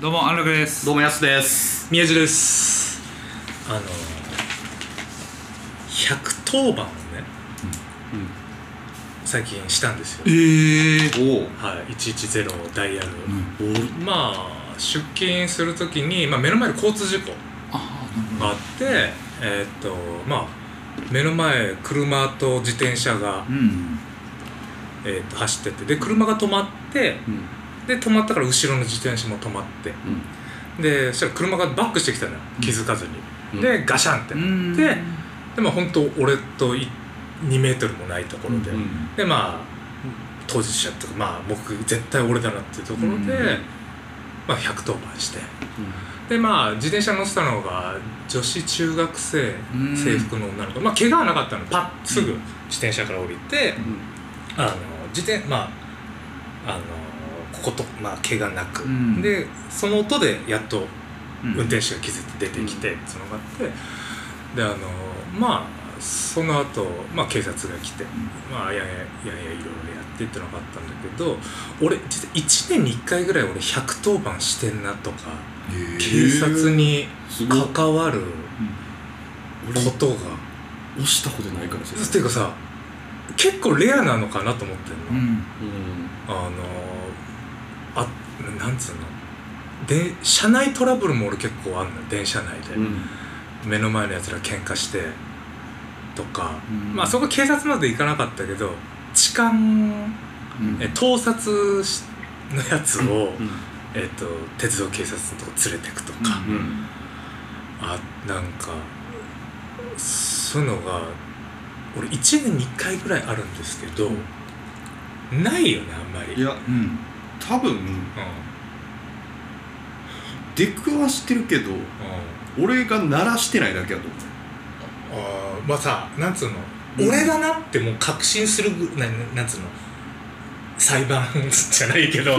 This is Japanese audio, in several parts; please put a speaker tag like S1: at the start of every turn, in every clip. S1: どうも安楽です
S2: どうもやすです
S3: 宮地ですあの110番をね、
S2: うんうん
S3: 最近したんですよ
S1: ええ
S2: おお
S3: はい110をダイヤル、
S2: おお
S3: まあ出勤するときに、まあ、目の前で交通事故
S1: あ
S3: があって、えーっとまあ目の前車と自転車が
S1: う、ん
S3: えーっと走っててで車が止まって
S2: うん
S3: で止まったから後ろの自転車も止まってでそしたら車がバックしてきたのよ気づかずに、
S2: うん
S3: でガシャンってなって、
S1: ん
S3: ででも本当俺とい2メートルもないところで、
S1: う
S3: でまあ当事者とかまあ僕絶対俺だなっていうところで、
S1: うん
S3: まあ110番してでまあ自転車乗ってたのが女子中学生
S1: うん
S3: 制服の女の子、まあ怪我はなかったのパッすぐ自転車から降りて、あの自転まああのこことまあ怪我なく、
S1: うん
S3: でその音でやっと
S1: うん
S3: 運転手が気づいて出てきてつながってであのまあその後、まあ警察が来て、まあ、いやいやいやいやいろいろやってってのがあったんだけど俺実は1年に1回ぐらい俺110番してんなとか
S2: へー
S3: 警察に
S2: すごい
S3: 関わる
S2: 俺
S3: ことが
S2: 押したことないかもしれない
S3: っていうかさ結構レアなのかなと思ってんの。
S1: うん
S2: うん
S3: あのあなんつうので車内トラブルも俺結構あんの電車内で、
S2: うん
S3: 目の前のやつら喧嘩してとか、
S1: うん
S3: まあそこ警察まで行かなかったけど痴漢
S1: うん
S3: え盗撮しのやつを、
S2: うん
S3: えっと鉄道警察のとこ連れてくとか、
S2: うん
S3: あなんかそういうのが俺1年に1回ぐらいあるんですけど、ないよねあんまり。
S2: いや
S1: うん
S2: 多分
S3: う
S2: 出くわしてるけど
S3: んうん
S2: 俺が鳴らしてないだけやと思う
S3: あーまあさなんつうの、
S2: うん
S3: 俺だなってもう確信するぐなななんつうの裁判 じゃないけどな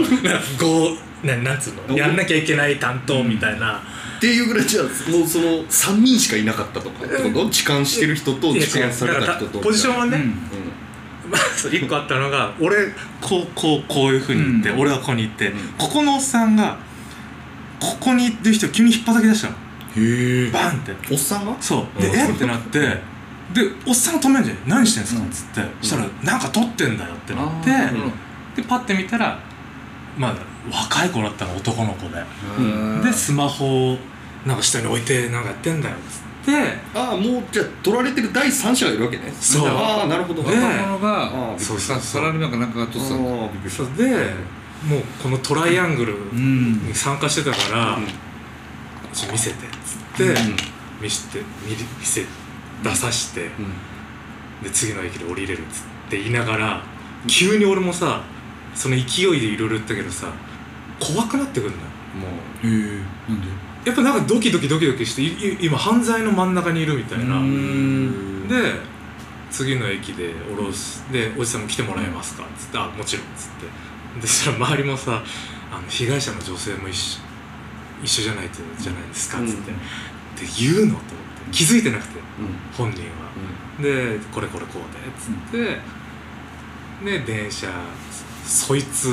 S3: ごななんつうのやんなきゃいけない担当みたいな、
S2: っていうぐらいじゃあもうその3人しかいなかったとかってこと痴漢してる人と
S3: いや
S2: 痴漢
S3: 違
S2: さ
S3: う
S2: れ
S3: だか
S2: た
S3: ら
S2: 人と
S3: ポジションはね、
S1: うん
S2: うん
S3: まあそう一個あったのが俺こうこうこういうふうに言って、
S1: うん
S3: 俺はここに行って、
S2: うん
S3: ここのおっさんがここにいる人を急に引っ張り出したの
S2: へえ
S3: バンって
S2: おっさんが
S3: そうで
S2: うん
S3: えってなってでおっさんが止めんじゃん何してんすか
S1: うん
S3: っつって、したらなんか撮ってんだよってなって、
S1: あー
S3: でパッて見たらまあ若い子だったの男の子で、
S1: うん
S3: でスマホをなんか下に置いてなんかやってんだよっつって
S2: ああもうじゃあ取られてる第三者がいるわけね
S3: そう
S2: ああなるほど
S3: ね
S2: あ
S1: 若者が
S2: あ
S3: そうそう
S1: さサラリーマンかなんかが撮ってたんだ
S2: ーびっくりした
S3: それでもうこのトライアングル
S1: うん
S3: に参加してたから、
S2: うん
S3: ちょっと見せてっつって、見せて見る見せ出さして、
S2: うん
S3: で次の駅で降りれるっつって言いながら急に俺もさその勢いでいろいろ言ったけどさ怖くなってくるのよ
S2: も
S1: へえなんで
S3: やっぱなんかドキドキドキドキしていい今犯罪の真ん中にいるみたいな、
S2: う
S1: うー
S3: で次の駅で降ろすでおじさんも来てもらえますかっつって「あもちろん」っつってでそしたら周りもさあの被害者の女性も一緒一緒じゃないとじゃないですかっつって、
S2: うん
S3: で言うのと思って気づいてなくて
S2: うん
S3: 本人はでこれこれこうでっつって、で電車そいつ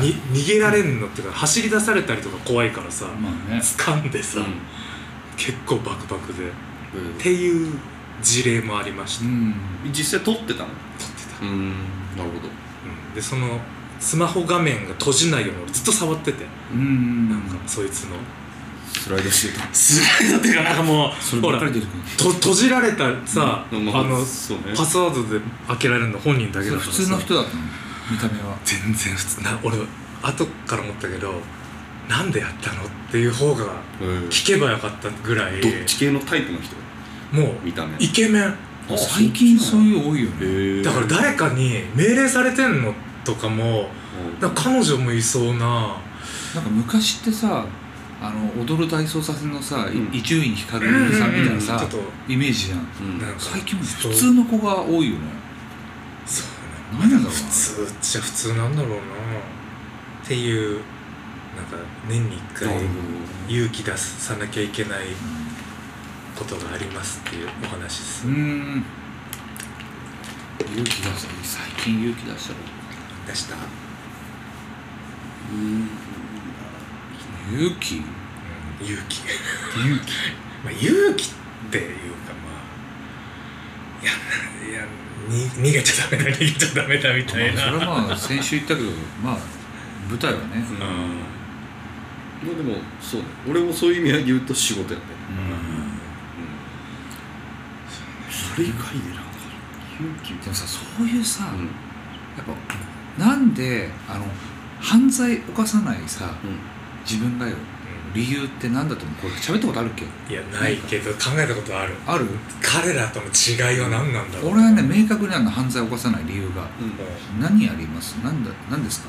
S3: に、
S1: い
S3: 逃げられんのっていうか走り出されたりとか怖いからさ、
S1: まあね
S3: 掴んでさ、
S2: うん
S3: 結構バクバクでっ
S2: うん
S3: ていう事例もありました、
S1: うん
S2: 実際撮ってたの
S3: 撮ってた、
S2: うんなるほど
S3: うんでそのスマホ画面が閉じないように俺ずっと触ってて、
S1: うん
S3: なんかそいつの
S2: スライドしてた
S3: スライドっていうかなんかも
S1: そうれ
S3: ほ
S1: ばっ
S3: ら
S1: かり出てくる
S3: と閉じられたさ、
S2: うん
S3: あの
S2: そうね
S3: パスワードで開けられるの本人だけだ
S1: それ
S3: からさ
S1: 普通の人だったの見た目は
S3: 全然普通な俺後から思ったけどなんでやったのっていう方が
S2: うん
S3: 聞けばよかったぐらい
S2: どっち系のタイプの人
S3: もう
S2: 見た目
S3: イケメン
S1: 最近そう
S2: う
S1: いう多いよね
S2: へえ
S3: だから誰かに命令されてんのとかもなんか彼女もいそうな
S1: なんか昔ってさあの踊る大捜査線のさ
S2: うん
S1: い伊集院光さんみたいな
S3: ちょ
S1: さ
S3: っと
S1: イメージじゃん
S2: うん
S3: なんか
S1: 最近
S3: そ
S1: 普
S3: う
S1: 通の子が多いよね
S3: そう
S1: 何だろうな
S3: 普通っちゃ普通なんだろうなっていうなんか年に1
S2: な
S3: 回
S2: る
S3: 勇気出さなきゃいけないことがありますっていうお話です、
S1: うーん勇気出した最近勇気出した
S3: 出した
S2: ほどうん
S1: 勇気勇
S3: うん勇気
S1: 気
S3: まあ勇気っていうかまあいやないやに逃げちゃダメだ逃げちゃダメだみたい
S1: まあ
S3: な、
S1: それはまあ先週言ったけどまあ舞台はね、
S3: うん
S2: まあでもそうね俺もそういう意味合いで言うと仕事やね、
S1: うん
S2: それ以外でなんか勇気
S1: でもさそういうさ、
S2: うん
S1: やっぱなんであの犯罪犯さないさ自分がよ理由って何だと思うこれ喋ったことあるっけ
S3: いやないけど考えたことある
S1: ある
S3: 彼らとの違いは何なんだろう
S1: 俺はね明確にあの犯罪を犯さない理由
S2: う
S1: が
S2: ん、うん
S3: も
S1: 何あります何だ何ですか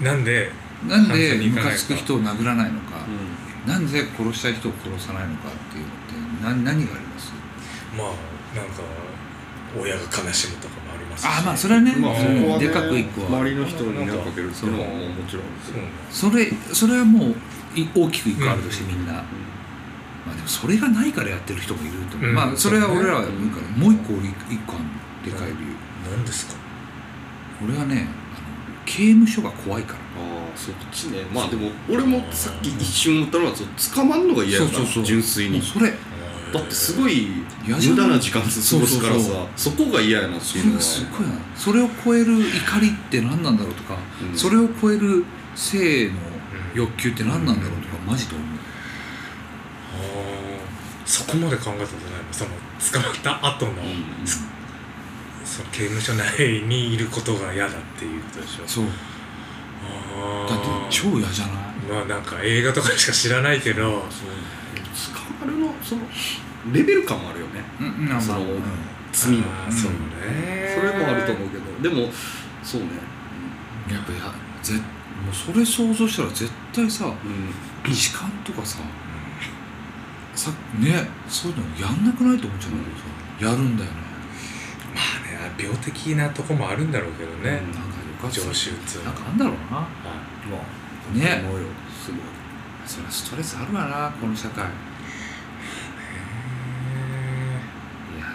S3: うなんで
S1: なんで
S3: 犯罪に行
S1: ム
S3: かないか
S1: カつく人を殴らないのか、なんで殺したい人を殺さないのかっていうのって何何があります
S3: まあなんか親が悲しむとかもありますし
S1: あまあそれはね,、
S2: まあそこはね、
S1: でかく一個は
S2: 周りの人に迷惑かけるっていうのはもうもちろんです
S3: そう
S2: よ、
S3: なんだ
S1: それそれはもうい大きく一個あるとして
S3: うん
S1: みんな、
S2: うん
S1: まあでもそれがないからやってる人もいると思う、
S3: うん
S1: まあそれは俺らは
S2: そうね
S1: いいから、もう一個俺一個あるのでかい理
S3: 何ですか
S1: 由、俺はねあの刑務所が怖いから
S2: ああそっちねまあでも俺もさっき一瞬思ったのはそう捕まんのが嫌やな
S1: そうそうそう
S2: 純粋
S1: も
S2: に
S1: うそれ
S2: だってすごい
S1: 嫌じゃ
S2: 無
S1: ない
S2: 駄な時間過ごすからさ
S1: そう
S2: そ
S1: そう
S2: こが嫌やなって
S1: そ
S2: いう
S1: れ
S2: の
S1: が
S2: は
S1: すごいなそれを超える怒りって何なんだろうとか、
S2: うん
S1: それを超える性の
S3: よ
S1: 欲求って何なんだろうとか、マジで思う
S3: あーそこまで考えたことないのその捕まった後の、
S2: うん
S3: そその刑務所内にいることが嫌だっていうことでしょ
S1: そう
S3: あ
S1: だ
S3: ー
S1: って超嫌じゃない
S3: まあなんか映画とかしか知らないけど
S2: 捕まるのそのレベル感もあるよね
S1: うんうんまあ
S2: その
S1: うん
S2: 罪の
S3: あーそうね、
S2: それもあると思うけどでもそうね
S1: やっぱやぜもうそれ想像したら絶対さ
S2: うん
S1: 時間とかささねそういうのやんなくないと思っちゃうんだけどさやるんだよね
S3: まあね病的なとこもあるんだろうけどね、
S1: なんかよか
S3: 常
S1: っ
S3: 習通
S1: たなんかあんだろうな
S2: まあ
S1: ね
S2: 思うよすごい
S1: そりゃストレスあるわなこの社会いやー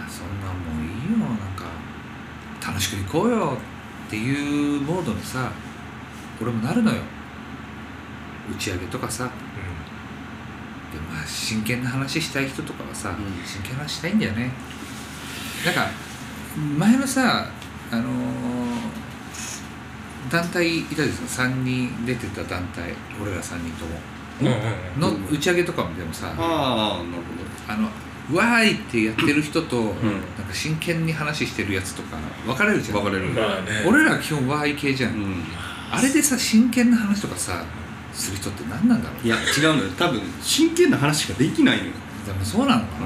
S1: そんなんもういいよなんか楽しく行こうよっていうモードにさ俺もなるのよ打ち上げとかさでまあ真剣な話したい人とかはさ、
S2: うん
S1: 真剣な話したいんだよねなんか前のさあのー団体いたですよ3人出てた団体俺ら3人とも
S3: うんうんうん
S1: の
S2: うん
S1: 打ち上げとかもでもさ
S2: ああなる
S1: あの「わーい!」ってやってる人と、
S2: ん
S1: なんか真剣に話してるやつとか分かれるじゃん
S2: 分かれる
S3: うんまあね
S1: 俺らは基本「わーい」系じゃん、
S2: ほどうん
S1: あれでさ真剣な話とかさする人って何なんだろう
S2: いや違うのよ多分真剣な話しかできないのよ
S1: でもそうなのかな、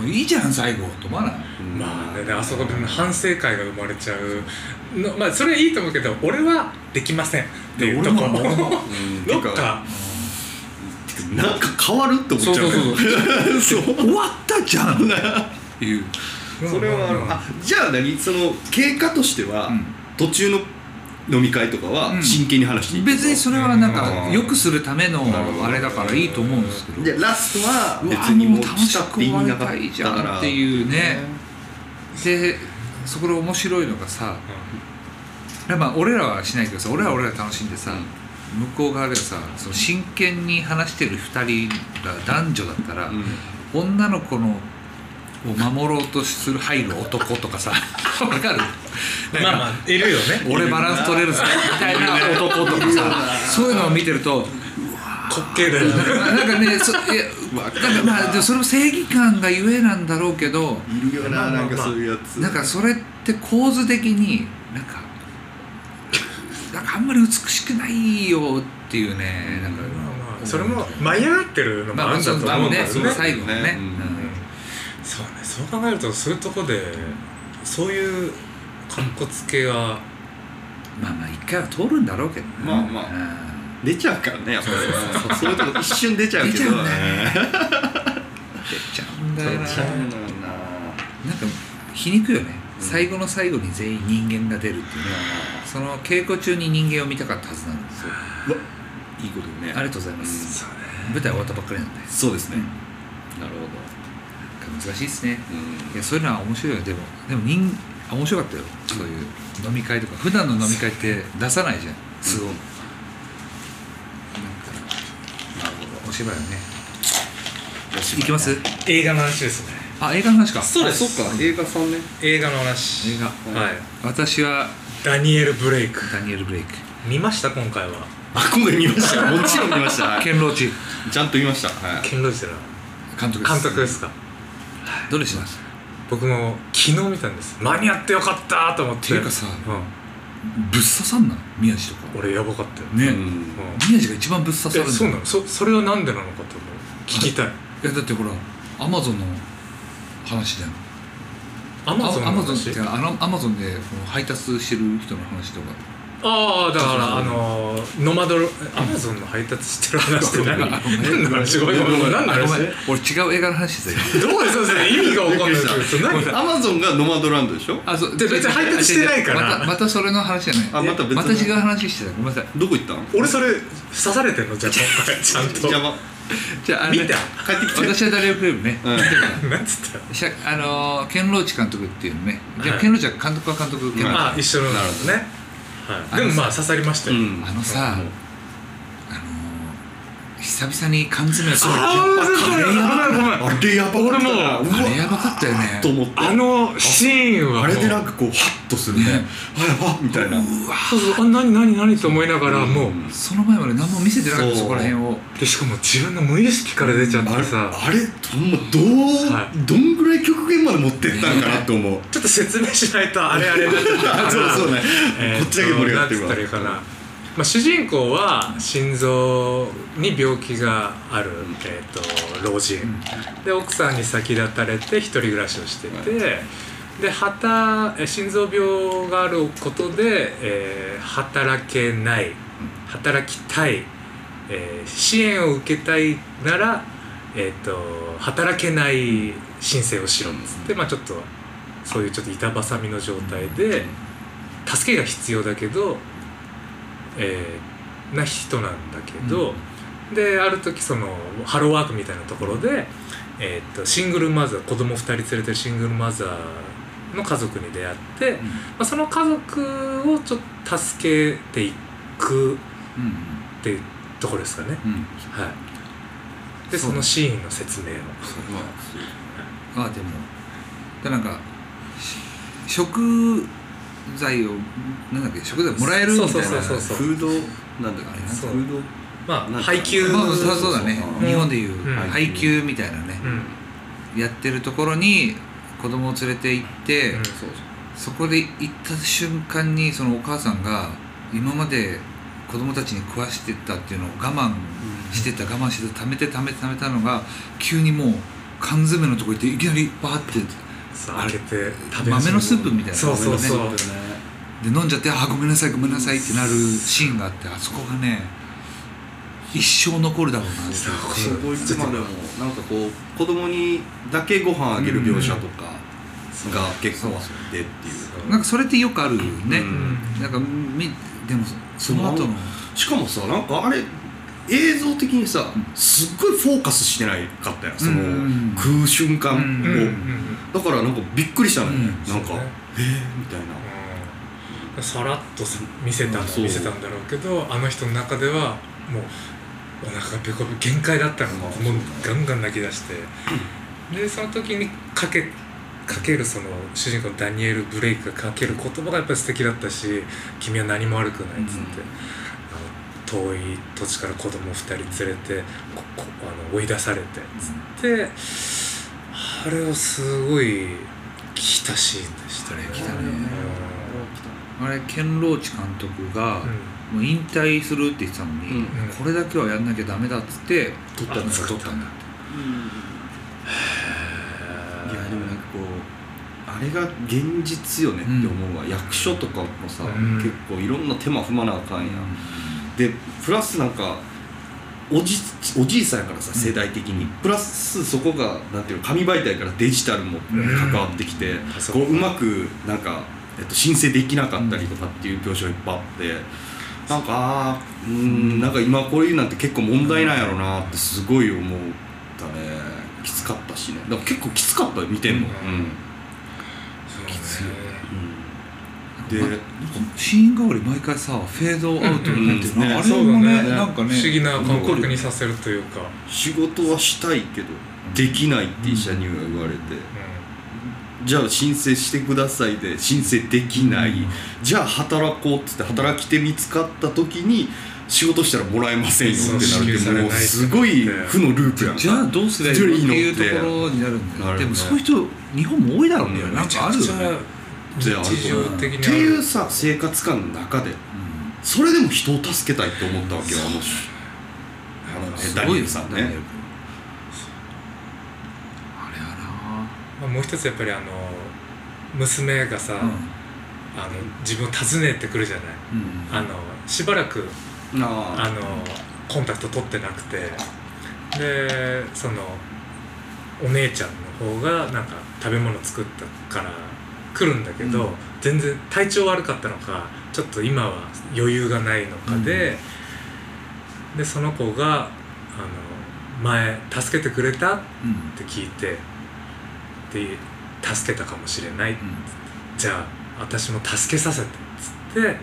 S1: もういいじゃん最後と思わない
S3: まあねであそこで反省会が生まれちゃうのまあそれはいいと思うけど俺はできませんっていうとこ
S1: 俺も俺も
S2: うん
S3: どって
S2: か
S3: か
S2: なんか変わるって思っちゃう
S1: そうそう
S2: そう
S1: 終わったじゃんっていう、
S2: それはあ
S3: うん
S2: のあじゃあ何その経過としては、途中の飲み会とか
S1: う
S2: は
S1: ん
S2: 真剣に話していい
S1: 別にそれはなんか
S2: うん
S1: 良くするための
S2: なるほど
S1: あれだからいいと思うんですけど
S2: でラストは
S1: うわ
S2: 別にもう
S1: もう楽し
S2: 来たっ
S1: く
S2: て
S1: 終
S2: 言
S1: わ
S2: い
S1: れ
S2: なかったた
S1: いじゃんって
S2: う
S1: いうねでそこで面白いのがさまあ俺らはしないけどさ俺らは俺ら楽しんでさ向こう側ではさその真剣に話してる2人が男女だったら、
S2: ん
S1: 女の子のを守ろうとする入る男とかさ わかる
S3: うんまあまあいるよね
S1: 俺バランス取れるぞみたいな男とかさそういうのを見てる
S3: 滑
S1: と
S3: 稽だよ
S1: なん
S3: ね
S1: かなんかねそいやなんかまあでもそれも正義感がゆえなんだろうけど
S2: いるよななんかそういうやつ
S1: なんかそれって構図的になんかなんかあんまり美しくないよっていうねなんか
S3: まあそれも舞い上がってるのも
S1: まあま
S3: あ
S1: あ
S3: るんだと
S1: そうだ
S3: 思う
S1: も
S3: んだ
S1: ね
S3: よ
S1: そ
S3: ね
S1: の最後のね
S2: うん
S3: うんそうねそう考えるとそういうとこでそういうかっこつけが
S1: うんまあまあ一回は通るんだろうけどね
S2: まあまあ出ちゃうからねやっぱりそういうとこ一瞬出ちゃうけど
S1: 出ちゃうんだようん出ちゃうんだよな
S2: 出ちゃうのよな
S1: なんか皮肉よね、最後の最後に全員人間が出るっていうねその稽古中に人間を見たかったはずなのですよ
S2: うわいいこと言うね
S1: ありがとうございます、
S3: そうね
S1: 舞台終わったばっかりなんでなんか
S2: そうですね
S1: うん
S2: なるほ
S1: 難しいですね
S2: どうん
S1: いやそういうのは面白いよでもでも人あ面白かったよそういう飲み会とか普段の飲み会って出さないじゃん素を、お芝居をね
S2: お芝居
S1: いきます
S3: 映画の話ですね
S1: あ映画の話か
S3: そう
S2: あ
S3: です
S2: そっか映画さんね
S3: 映画の話
S1: 映画
S3: はい
S1: 私は
S3: ダニエル・ブレイク
S1: ダニエル・ブレイク
S3: 見ました今回は
S2: あ今回見ま したもちろん見ましたはい
S1: 堅牢地
S2: ちゃんと見ましたはい
S3: ケン・ロジラ
S1: 監督です
S3: 監督ですか
S1: どれします
S3: 僕も昨日見たんです間に合ってよかったと思って
S1: ていうかさ
S3: う
S1: ぶっ刺さんな宮地とか
S3: ん、俺やばかったよ、
S1: ね、
S2: うん
S3: う
S1: 宮地が一番ぶっ刺さ
S3: ん、え
S1: る
S3: そうな
S1: の
S3: のそそれはなんでなのかと思う聞きたい
S1: いやだってほらアマゾンの話じゃん
S3: アマゾン
S1: ア
S3: の
S1: マゾンっ
S3: 話
S1: てあのアマゾンでこの配達してる人の話とか
S3: ああだから
S1: そうそうそう
S3: あのーノマドロアマゾンの配達してる話って何
S1: ごめん
S3: 何の話ごめんごめんごめん何の
S1: あご
S3: 話
S1: めん俺違う映画の話してたよ
S3: どうですかそれ意味が分かんないけどそれ何
S2: アマゾンがノマドランドでしょ
S1: あそう
S3: で別に配達してないから
S1: 違う違うまたまたそれの話じゃな
S2: あ
S1: い
S2: また別の
S1: また違う話してたごめんなさい
S2: どこ行ったの
S3: 俺それ刺されてんのじゃあ今回ちゃんと
S2: 邪魔
S1: じゃああの
S3: 見
S1: ね
S3: た
S2: 帰ってきて
S1: 私は誰をくれるね、
S2: うん
S3: 何つった
S1: しゃあのー、ケンローチ監督っていうのね、じゃ
S3: は
S1: あ
S3: い
S1: ケンローチは監督は監督、ケンローチ
S3: ああ一緒のなるほどね、はい、でもまあ刺さりましたよ、
S2: うん
S1: あのさ、
S2: うん
S1: あのー、久々に缶詰を詰
S3: あ
S1: め
S3: ーごめんごめんごめんごめん
S2: あれやばかったな
S3: 俺も
S2: うわ
S1: てあれやばかったよね
S2: と思って
S3: あのシーンは
S2: あれでなん
S3: く
S2: かこうハッとするね
S1: ね
S2: あやばっみたいな
S3: そうそうあ何何何と思いながらもう、
S2: ん
S1: その前まで何も見せてなかった
S2: そう
S1: そこら辺を
S3: でしかも自分の無意識から出ちゃって
S2: あれ
S3: さ
S2: あれほんまどう、
S3: は
S2: どんぐらい極限まで持ってったんかなと思う
S3: ちょっと説明しないとあ れあれになっちゃったから
S2: そうそうね、
S3: えー
S2: こっちだけ盛り上がって
S3: な
S2: る
S3: ん
S2: わ
S3: つったらいいかな、まあ、主人公は心臓に病気がある、えー、と老人、で奥さんに先立たれて一人暮らしをしてて、で働え心臓病があることで、えー働けない働きたい、えー支援を受けたいなら、えー、と働けない申請をしろっつって、まあ、ちょっとそういうちょっと板挟みの状態で。助けが必要だけど、えーな人なんだけど、である時そのハローワークみたいなところで、えー、とシングルマザー子供2人連れてるシングルマザーの家族に出会って、まあ、その家族をちょっと助けていく
S1: うん
S3: っていうところですかね。
S1: うん、うん
S3: はい、で
S1: そう
S3: そのシーンの説明を。
S1: ああでもでなんかし食材をなんだっけ食材もらえるみたいな
S3: そうそうそうそう
S2: フードなんだっけ
S3: そう
S2: フード
S3: ま
S2: なん
S3: あ
S2: か
S3: 配給
S1: まあまあそうそうだね
S2: うん
S1: 日本でいう
S3: うん
S1: 配給みたいなね
S3: う、ん
S1: やってるところに子供を連れて行って、
S3: うん
S2: そう
S1: そこで行った瞬間にそのお母さんが今まで子供たちに食わしてたっていうのを我慢してた、我慢してた貯めて貯めて貯めたのが急にもう缶詰のとこ行っていきなりバーって
S3: さあ開けて食べ始める
S1: 豆のスープみたいな
S3: そうそうそう、
S2: ね
S1: で飲んじゃって「あごめんなさいごめんなさい」ってなるシーンがあってあそこがね一生残るだろうなって
S3: そう
S2: そこ行くまでもなんかこう子供にだけご飯あげる描写とかが結構あってっていう
S1: なんかそれってよくあるよね、
S2: う
S3: うん
S1: なんかみでもその後の
S2: しかもさなんかあれ映像的にさすっごいフォーカスしてないかったよその
S1: うん
S2: 食う瞬間を
S1: うん
S3: うんうん
S2: だからなんかびっくりしたのよ
S1: うん
S2: なんか
S3: そうね
S2: えーみたいな
S3: うんさらっとさ見せたの
S2: うん
S3: は
S2: そう
S3: 見せたんだろうけどあの人の中ではもうお腹がペコペコ限界だったの
S2: そう
S3: もうガンガン泣き出してでその時にかけかけるその主人公のダニエル・ブレイクがかける言葉がやっぱり素敵だったし「君は何も悪くない」っつって、あの遠い土地から子供二2人連れてここあの追い出されてつってあれはすごい来たシーンでしたね。
S1: あれ来たね
S3: うん
S1: あれケン・ローチ監督が
S3: う
S1: もう引退するって言ってたのに、
S2: うん
S1: これだけはやんなきゃダメだっつって
S2: 撮った
S3: んだ
S1: 撮ったんだ
S2: いやでもなんかこうあれが現実よねって思うわ、役所とかもさ、
S3: うん
S2: 結構いろんな手間踏まなあかんや、でプラスなんかおじおじいさんやからさ
S1: うん
S2: 世代的に、プラスそこがなんていうの紙媒体からデジタルも
S3: うん
S2: 関わってきて、
S3: パソコ
S2: こ
S3: ン
S2: ううまくなんか、えっと、申請できなかったりとかっていう描写がいっぱいあって、なんかあーうーんなんか今こういうなんて結構問題なんやろなってすごい思ったねきつかったしねだから結構きつかったよ見てんの、
S3: うん
S2: うん
S3: そうね
S1: なんか
S2: で、
S1: シーン代わり毎回さフェードアウトになってる
S2: うんうん
S1: なあれ
S3: そう
S1: も
S3: だ
S1: ね
S3: ね
S1: なんかね
S3: 不思議な感
S1: 残
S3: 覚
S1: る
S3: にさせるというか、う
S2: 仕事はしたいけどできないって医者には言われて、
S3: ん
S2: じゃあ申請してくださいで申請できない、じゃあ働こうっつって働き手見つかった時に仕事したらもらえませんよ
S3: そう
S2: って
S3: 支給さ
S2: な
S3: れ
S2: る
S3: な
S2: でも
S3: い
S2: うすごい負のループやん
S1: じゃあどうすればいいのっていうところになるんだ
S2: な
S1: よ
S2: る
S1: で
S2: ね
S1: もそういう人日本も多いだろうね
S2: うん
S1: なんかある
S3: め
S1: よ
S3: ちゃくちゃ
S1: ね
S3: 日常的にあ
S2: っ
S3: る
S2: ていうさ生活感の中でそれでも人を助けたいって思ったわけよあのあの
S1: うん
S2: ね
S1: す
S2: ダ
S1: ご
S2: ニエ
S1: いよ
S2: ルさん
S1: ダニエ
S2: ね
S1: ル君あれや
S3: まあ、もう一つやっぱりあの娘がさ、
S1: なうん
S3: あの自分を訪ねてくるじゃない
S1: うん
S3: あのしばらくあ
S2: あ
S3: のコンタクト取ってなくてでそのお姉ちゃんの方がなんか食べ物作ったから来るんだけど、
S1: うん
S3: 全然体調悪かったのかちょっと今は余裕がないのかで、でその子があの前助けてくれたっ
S1: うん
S3: て聞いてで助けたかもしれないじゃあ私も助けさせてっつって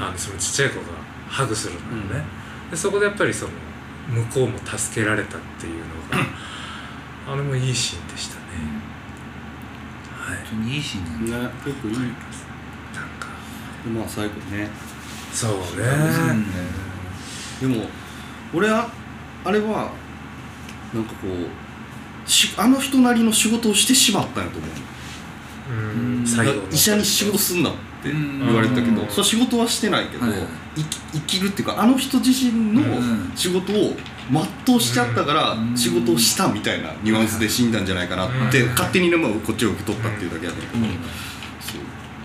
S3: あのそのちっちゃい子がハグするのよね、でそこでやっぱりその向こうも助けられたっていうのがあれもいいシーンでしたねはい
S1: 本当にいいシーンだね
S2: ねよくいい
S3: なんか
S2: まあ最後ね
S3: そうね
S1: うん
S2: でも俺はあれはなんかこうしあの人なりの仕事をしてしまったんやと思う
S3: うん
S1: うん
S3: 最後の
S2: 医者に仕事すんなって言われたけ
S3: う
S2: ど
S3: ん
S2: それ仕事はしてないけど、
S1: はいはい
S2: 生き生きるっていうかあの人自身の
S1: うん
S2: 仕事を全うしちゃったから
S1: うん
S2: 仕事をしたみたいなニュアンスで死んだんじゃないかなって
S3: うん
S2: 勝手にね、まあ、こっちを受け取ったっていうだけやったけど、
S1: うん
S2: そう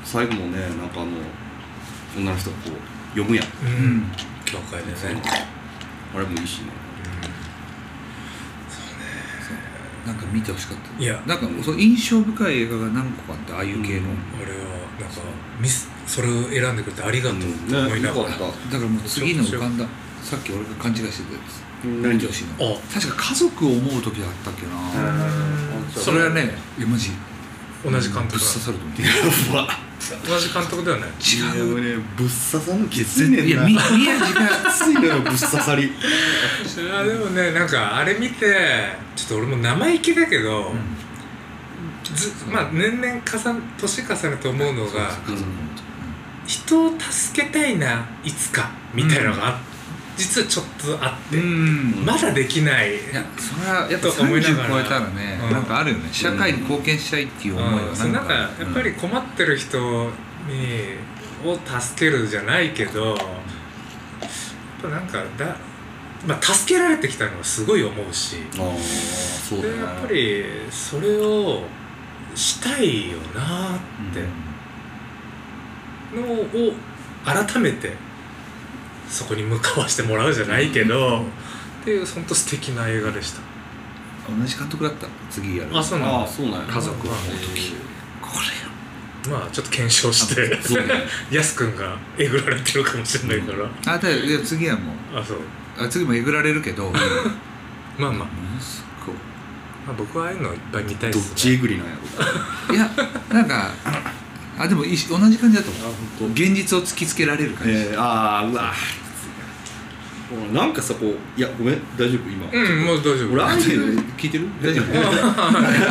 S2: 最後もねなんかあの女の人がこう読むやん
S3: う
S1: うんん
S3: 教会でね
S2: そうあれもいいしね
S1: なんか見てほしかった
S3: いや
S1: なんかその印象深い映画が何個かあってああいう
S2: う
S1: 系の、
S2: ん
S3: 俺はなんかミスそれを選んでくれてありがとうって思いなが
S2: うんねよ
S3: ら、
S2: かっ
S1: だからもう次の浮かんださっき俺が勘違いしてたやつ
S2: 何
S1: 女子 の
S3: あ
S1: 確か家族を思う時だったっけな、
S2: うん
S1: それはねいやマジ
S3: 同じ監督
S1: ぶっ刺さると思って
S2: やば
S3: 同じ監督ではない
S1: 違う
S2: うねぶっ刺さぬきつい
S1: 全然い
S2: ねん
S1: や
S2: な
S1: み宮治が
S2: ついのよぶっ刺さり
S3: いやでもねなんかあれ見てちょっと俺も生意気だけど、ずまあ年々重ね年重ねて思うのが
S2: そうそう
S3: 人を助けたいないつかみたいなのがあ、実はちょっとあって、
S1: うん
S3: まだできない
S1: いやそれはやっぱ
S3: と思いなが
S1: 30
S3: ら
S1: 超えたらね、
S3: うん
S1: なんかあるよね社会に貢献したいっていう
S3: う
S1: 思いはなん
S3: ん
S1: か,、
S3: そうなんかやっぱり困ってる人にを助けるじゃないけどやっぱなんかだ、まあ、助けられてきたのはすごい思うし。
S2: ああそうだ
S3: で
S2: ね
S3: やっぱりそれをしたいよなってのを改めてそこに向かわしてもらうじゃないけど、っていう本当素敵な映画でした
S1: うん同じ監督だった次やる
S3: あそうなんだ
S2: ああそうなんや
S1: 家族を思う時こ
S3: まあちょっと検証して
S1: れよ
S3: やすくんがえぐられてるかもしれないから、
S1: あだいや次はもう
S3: あそう
S1: あ次もえぐられるけども
S3: まあまあ、
S1: のすごい
S3: まあ、僕はああいうのいっぱい見たいで
S2: どっ
S3: す
S2: ちえ
S3: ね
S2: ぐりなんやろ
S1: いやなんかあでもいいし同じ感じだと思う
S2: 本
S1: 現実を突きつけられる感じ、
S2: えー、ああうわもうなんかさこういやごめん大丈夫今、
S3: うんもう大丈夫
S2: 俺ああいう
S1: 聞いてる大丈夫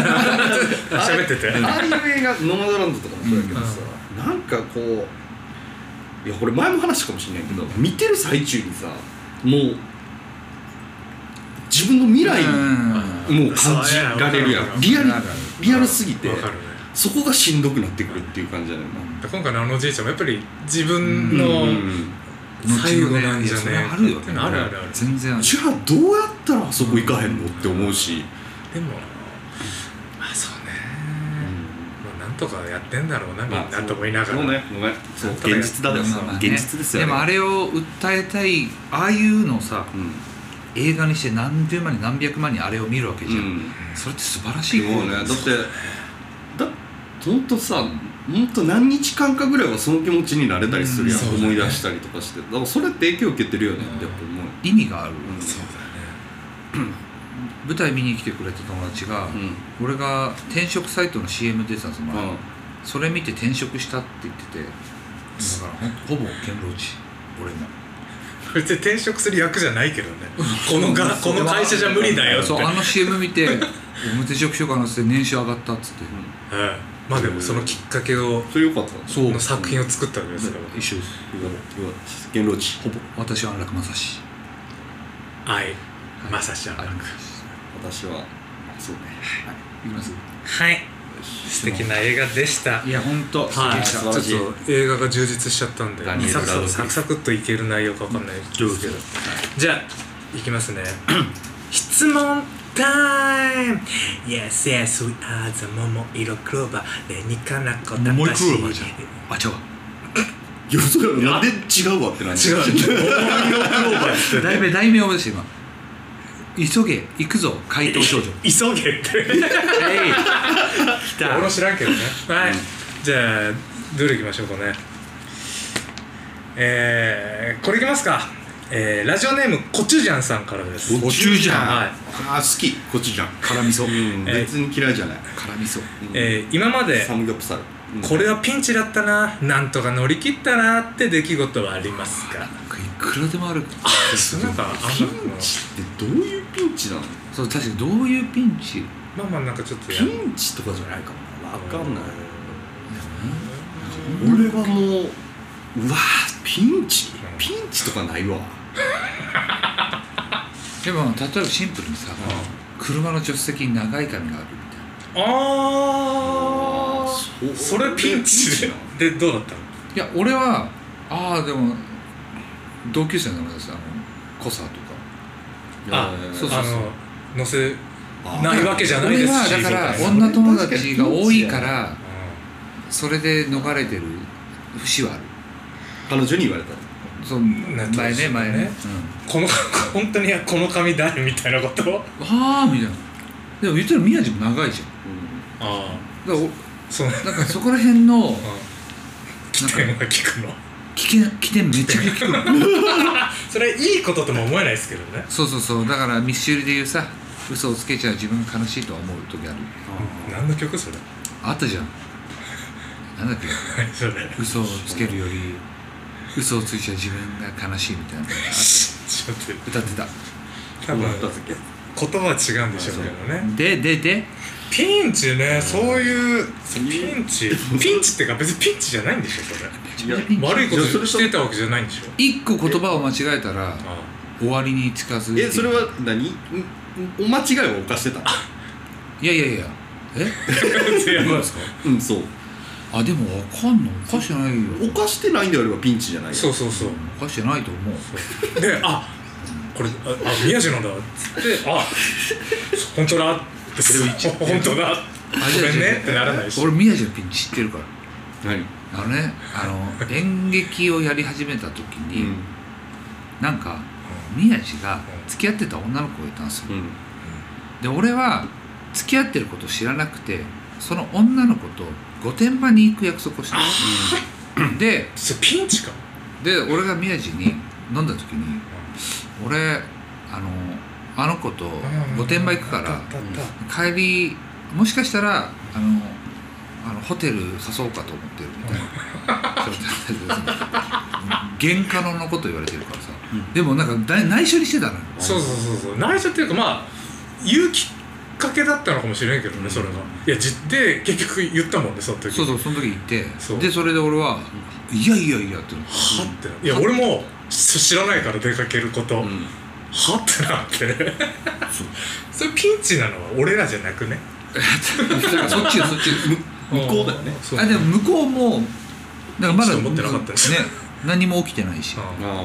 S3: 喋ってて
S2: ああいう映画「ノマドランド」とかもそうやけどさ、なんかこういやこれ前も話したかもしれないけど、見てる最中にさもう自分の未来
S1: うん
S2: にもう感じられるや
S3: そ
S2: ん
S3: う
S2: リアル
S1: わかるわか
S2: リアルすぎて
S3: わかるね
S2: そこがしんどくなってくるっていう感じじゃないの
S3: だから今回のあのおじいちゃんもやっぱり自分の、最
S1: 後
S3: 後
S1: な
S3: なんん
S1: じ
S3: じ
S1: ゃ
S3: ゃ
S1: ね
S3: ね
S1: え
S3: え
S1: あるよ
S3: っていうのあるあるある
S1: 全然ある
S2: じゃあどうやったらあそこ行かへんのって思うし、
S3: でもまあそうね、まあ、なんとかやってんだろうなみん
S2: まあ
S3: なと思いなが
S2: そ
S3: ら、
S2: うねごめんそう
S3: なんとかや
S2: 現実だよ、
S1: まあまあね
S2: 現実ですよ、ね、
S1: でもあれを訴えたいああいうのをさ
S2: うん
S1: 映画にして何十万に何百万にあれを見るわけじゃん、
S2: うん
S1: それって素晴らしい
S2: もうねだってだほんとさほんと何日間かぐらいはその気持ちになれたりするやん、
S3: うんそうだね
S2: 思い出したりとかしてだからそれって影響受けてるよねってやっぱ思う
S1: 意味がある、
S2: うん
S3: そうだね
S1: 舞台見に来てくれた友達が、
S2: うん
S1: 俺が転職サイトの CM 出てたんですよ、
S2: うん
S1: 前それ見て転職したって言ってて
S3: ます、
S1: からほんほぼ堅牢地俺も
S3: 別に転職する役じゃないけどねこのがこの会社じゃ無理だよって、
S1: そう
S3: うん
S1: あの CM 見て「おむて職所かな」っつって年収上がったっつって
S3: まあでもそのきっかけを
S2: それよかった
S1: そう
S3: の作品を作ったわけですから、
S1: 一緒で
S2: よ
S1: す
S2: かったよかった元老地
S1: ほぼ私は安楽正史
S3: はいまさしちゃん
S1: 安
S3: はい
S1: 楽正
S2: 私はそうね
S1: 史いきます
S3: 素敵な映画でした
S1: いや本当
S3: はい、
S2: 素
S3: ち
S2: 晴らしい
S3: ょっと映画が充実しちゃったんで
S2: ダニエル
S3: サ
S2: ラド
S3: ク
S2: ク
S3: サ
S2: リ
S3: ク
S2: フ
S3: サクサクっといける内容かわかんないですけど、じゃあいきますね 質問タイム Yes, yes, we are the 桃色クローバーレニカナコタ
S1: 桃
S3: カ
S1: 井ク
S3: シ
S1: ローバーじゃんあ違うわ
S2: いやそうやろなんで違うわってな
S3: 違う
S2: う
S1: 題名題名を思い出して今急げ行くぞ怪盗少女
S3: 急げって
S1: えい来た
S3: 俺も知らんけどねはい、じゃあどれいきましょうかねえー、これいきますかえー、ラジオネームコチュジャンさんからです
S1: コチュジャン
S3: はい
S2: あ好きコチュジャン
S1: 辛味噌
S2: うん
S3: え
S2: 別に嫌いじゃない
S1: 辛味噌
S3: えー今まで
S2: サムギョプサルうん
S3: これはピンチだったななんとか乗り切ったなって出来事はありますか
S1: なんかいくらでもある
S3: なんかあん
S2: ピン
S3: ま
S2: チってどういうピンチなの
S1: そう確かにどういうピンチ
S3: まあまあなんかちょっとや
S2: ピンチとかじゃないかもな分かんない俺
S1: うん
S2: はもううわピンチピンチとかないわ
S1: でも例えばシンプルにさ車の助手席に長い髪があるみたいな
S3: あ
S2: そう
S3: ーそれピンチ
S2: なの
S3: ででどうだったの
S1: いや俺はああでも同級生の名前ですあのコサとか
S3: あ
S2: いや
S1: そう
S3: あの乗せないわけじゃない
S1: 俺
S3: です
S1: は
S3: し
S1: だか
S3: みた
S1: ら
S3: いな
S1: 女友達が多いから
S3: う
S1: それで逃れてる節はある
S2: 彼女に言われた
S1: そう
S3: なってま
S1: 前
S3: す
S1: ね
S3: よね
S1: 前ね、
S3: んこの 本当にこの髪誰みたいなこと
S1: うん、はあみたいなでも言ったら宮地も長いじゃん
S2: う
S3: あ
S1: だから
S3: あその
S1: おなんかそこら辺 のなんか
S3: 起点が聞くの
S1: 危険危険めっちゃ効くの
S3: それはいいこととも思えないですけどね
S1: そうそうそうだからミスチルで言うさ嘘をつけちゃう自分が悲しいとは思う時ある
S3: 何の曲それ
S1: あったじゃんなんだっけ
S3: 何それ
S1: 嘘をつけるより嘘をついちゃう自分が悲しいみたいな
S3: ちょっと
S1: 歌ってた
S3: 多分
S2: どうだったっけ
S3: 言葉は違うんでしょうけどね
S1: ででで
S3: ピンチねそういう
S2: う
S3: ピンチピンチってか別にピンチじゃないんでしょそ
S2: 違
S3: れ
S2: う
S3: 悪いこ
S2: いやそ
S3: と
S2: れ
S3: してたわけじゃないんでしょ
S1: 一個言葉を間違えたら
S3: あ
S1: 終わりに近づいて
S2: えそれは何んお間違いを犯してた
S1: いやいやいやえ
S3: あ いやまあ
S2: うんそう
S1: あでもわかんのおかしてないよ
S2: 犯してないんであればピンチじゃないよ
S3: そうそうそう
S1: おかしてないと思う
S3: であこれああ宮地なんだっつってあ本当だって本当だごめんねってならないし
S1: 俺宮治のピンチ知ってるから
S2: 何
S1: あのねあの演劇をやり始めた時に、なんか宮治が付き合ってた女の子がいたんですよ
S2: うん
S1: で俺は付き合ってることを知らなくてその女の子と御殿場に行く約束をしたので
S3: それピンチか
S1: で俺が宮治に飲んだ時に「俺あのあの子と御殿場行くか
S3: あ
S1: ら
S3: ったあったあった
S1: 帰りもしかしたらあのあのホテル誘おうかと思ってるみたいなそう 原価ののこと言われてるからさ、
S2: うん
S1: でもなんかだ内緒にしてたのよ
S3: そうそうそうそう内緒っていうかまあ言うきっかけだったのかもしれんけどね、
S2: うん
S3: それがいやじで結局言ったもんねその時
S1: そうそうその時行って
S3: そう
S1: でそれで俺は「いやいやいや」ってなって
S3: はっていや俺もし知らないから出かけること、
S2: う
S3: は
S2: ん
S3: ってなって
S2: そう
S3: それピンチなのは俺らじゃなくね
S1: だからそっちよそっちよ
S2: 向こうだよね
S3: そう
S1: あでも向こうもだからまだ
S3: 一緒に持ってなかった
S1: ね
S3: です
S1: 何も起きてないし
S3: うんあり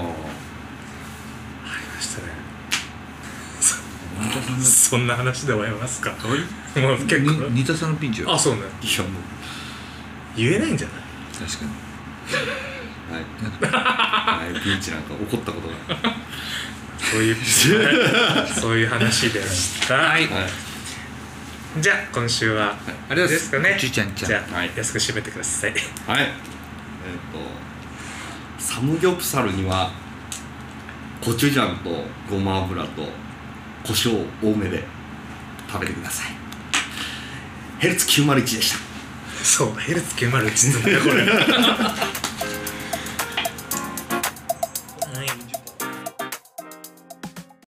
S2: あ
S3: ましたね
S1: 仁田さん
S3: そんな話で終わりますか
S1: の
S3: もう結
S1: に
S3: 構
S1: 仁田さんのピンチよ
S3: あそうね
S2: あいやも
S3: 言えないんじゃない
S1: 確かに
S2: う はい、はい、ピンチなんか怒ったことない
S3: そう いうはいそういう話でした、
S1: はい
S2: はい
S3: じゃあ今週は
S1: ありがとうございます
S3: ですかね
S1: ちゅうちゃんちゃん
S3: じゃあ、
S2: はい
S3: 安く締めてください
S2: はい。えっ、と、サムギョプサルには、コチュジャンとごま油と胡椒多めで食べてください。ヘルツ901でした。
S3: そう、ヘルツ901ってんだよ、これ。はい